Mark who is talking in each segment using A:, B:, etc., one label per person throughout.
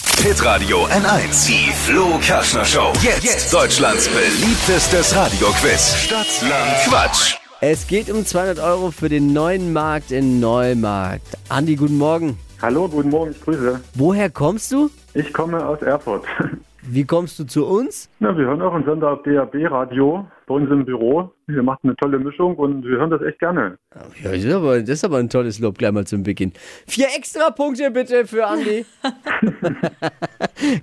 A: Hitradio N1. Die Flo Kaschner Show. Jetzt. Deutschlands beliebtestes Radioquiz. Stadt, Land, Quatsch.
B: Es geht um 200 Euro für den neuen Markt in Neumarkt. Andi, guten Morgen.
C: Hallo, guten Morgen, ich grüße.
B: Woher kommst du?
C: Ich komme aus Erfurt.
B: Wie kommst du zu uns?
C: Na, wir hören auch einen Sender DAB Radio bei uns im Büro. Ihr macht eine tolle Mischung und wir hören das echt gerne.
B: Ja, das ist aber, das ist aber ein tolles Lob gleich mal zum Beginn. Vier extra Punkte bitte für Andi.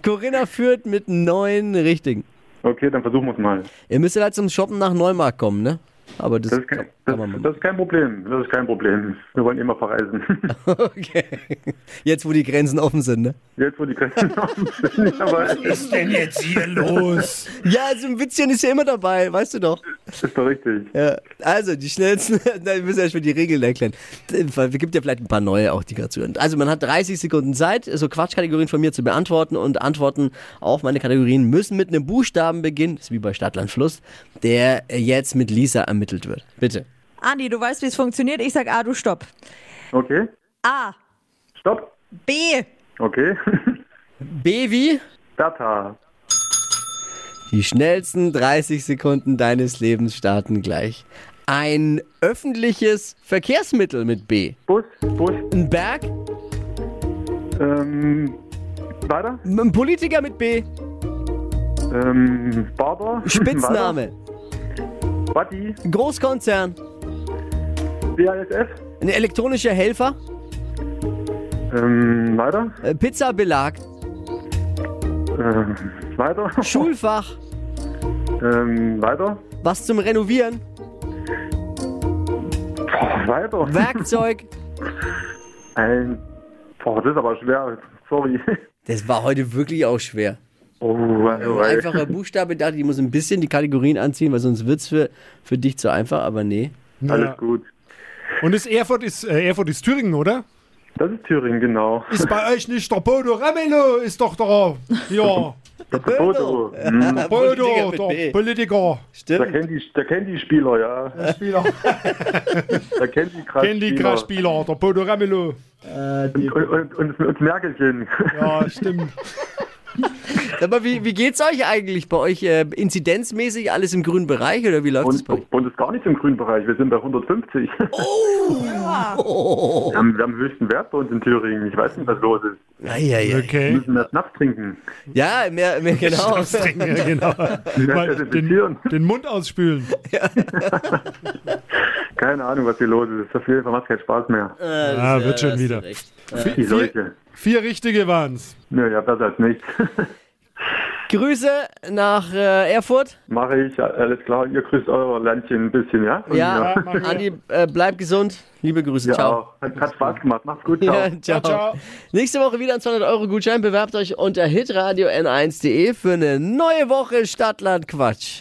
B: Corinna führt mit neun richtigen.
C: Okay, dann versuchen wir es mal.
B: Ihr müsst ja halt zum Shoppen nach Neumarkt kommen, ne? Aber das,
C: Das ist, kein,
B: kann,
C: das,
B: kann man machen.
C: das ist kein Problem. Das ist kein Problem. Wir wollen immer verreisen.
B: Okay. Jetzt, wo die Grenzen offen sind, ne?
C: Jetzt, wo die Grenzen offen sind, aber ist
D: denn jetzt hier los?
B: Ja, also ein Witzchen ist ja immer dabei, weißt du doch.
C: doch richtig.
B: Ja, also die schnellsten, Nein, wir müssen erst mal die Regeln erklären. Weil Es gibt ja vielleicht ein paar neue auch, die gerade zuhören. Also man hat 30 Sekunden Zeit, so Quatschkategorien von mir zu beantworten und Antworten auf meine Kategorien müssen mit einem Buchstaben beginnen, das ist wie bei Stadtland Fluss, der jetzt mit Lisa ermittelt wird. Bitte.
E: Andi, du weißt, wie es funktioniert. Ich sag A, du stopp.
C: Okay,
E: A,
C: stopp.
E: B,
C: Okay.
B: B wie?
C: Data.
B: Die schnellsten 30 Sekunden deines Lebens starten gleich. Ein öffentliches Verkehrsmittel mit B.
C: Bus, Bus,
B: Ein Berg,
C: ähm, weiter.
B: ein Politiker mit B.
C: Ähm, Barber.
B: Spitzname.
C: Weiter. Buddy,
B: Großkonzern.
C: BASF.
B: Ein elektronischer Helfer.
C: Ähm, weiter.
B: Äh, Pizzabelag.
C: Ähm, weiter.
B: Schulfach.
C: Ähm, weiter.
B: Was zum Renovieren.
C: Boah, weiter.
B: Werkzeug.
C: Ein. Boah, das ist aber schwer. Sorry.
B: Das war heute wirklich auch schwer.
C: Oh, wei,
B: Ein
C: wei.
B: einfacher Buchstabe, dachte ich, muss ein bisschen die Kategorien anziehen, weil sonst wird's für, für dich zu einfach, aber nee.
C: Alles gut.
D: Und ist Erfurt ist äh, Erfurt ist Thüringen, oder?
C: Das ist Thüringen, genau.
D: Ist bei euch nicht der Bodo Ramelow ist doch da. Ja,
C: Der Bodo. Hm,
B: Politiker
D: Bodo,
B: mit
D: der
B: B.
C: Der
D: Politiker.
B: Stimmt.
C: Candy, der Candy-Spieler, ja.
D: Spieler.
C: Der Candy-Crush-Spieler.
D: Candy Crush Spieler, der Bodo Ramelow.
C: Und, und, und, und Merkelchen.
D: Ja, stimmt.
B: Aber wie, wie geht's euch eigentlich? Bei euch äh, inzidenzmäßig alles im grünen Bereich oder wie läuft's
C: Und,
B: bei euch?
C: und ist gar nicht im grünen Bereich. Wir sind bei 150. Wir, haben, wir haben höchsten Wert bei uns in Thüringen. Ich weiß nicht, was los ist.
B: Eieiei.
C: Wir
D: Okay.
C: müssen mehr Schnaps trinken.
B: Ja, mehr, mehr genau.
D: Trinken, ja, genau. Mal
C: desinfizieren.
D: den, den Mund ausspülen.
C: Keine Ahnung, was hier los ist. Auf jeden Fall macht kein Spaß mehr.
B: Äh,
D: Ah, wird schon
B: hast du
D: wieder.
B: recht.
C: Die
D: Vier,
C: Seuche.
D: vier richtige waren's.
C: Naja, besser als nichts.
B: Grüße nach äh, Erfurt.
C: Mache ich, alles klar. Ihr grüßt euer Landchen ein bisschen, ja? Und
B: Ja,
D: Ja, mach ich.
B: Andi, äh, bleib gesund. Liebe Grüße.
C: Ja,
B: ciao.
C: auch. Hat, hat Spaß gemacht. Macht's gut. Ciao.
B: Ja, ciao.
D: Ciao, ciao.
B: Nächste Woche wieder ein 200 Euro Gutschein. Bewerbt euch unter hitradio n1.de für eine neue Woche Stadtland Quatsch.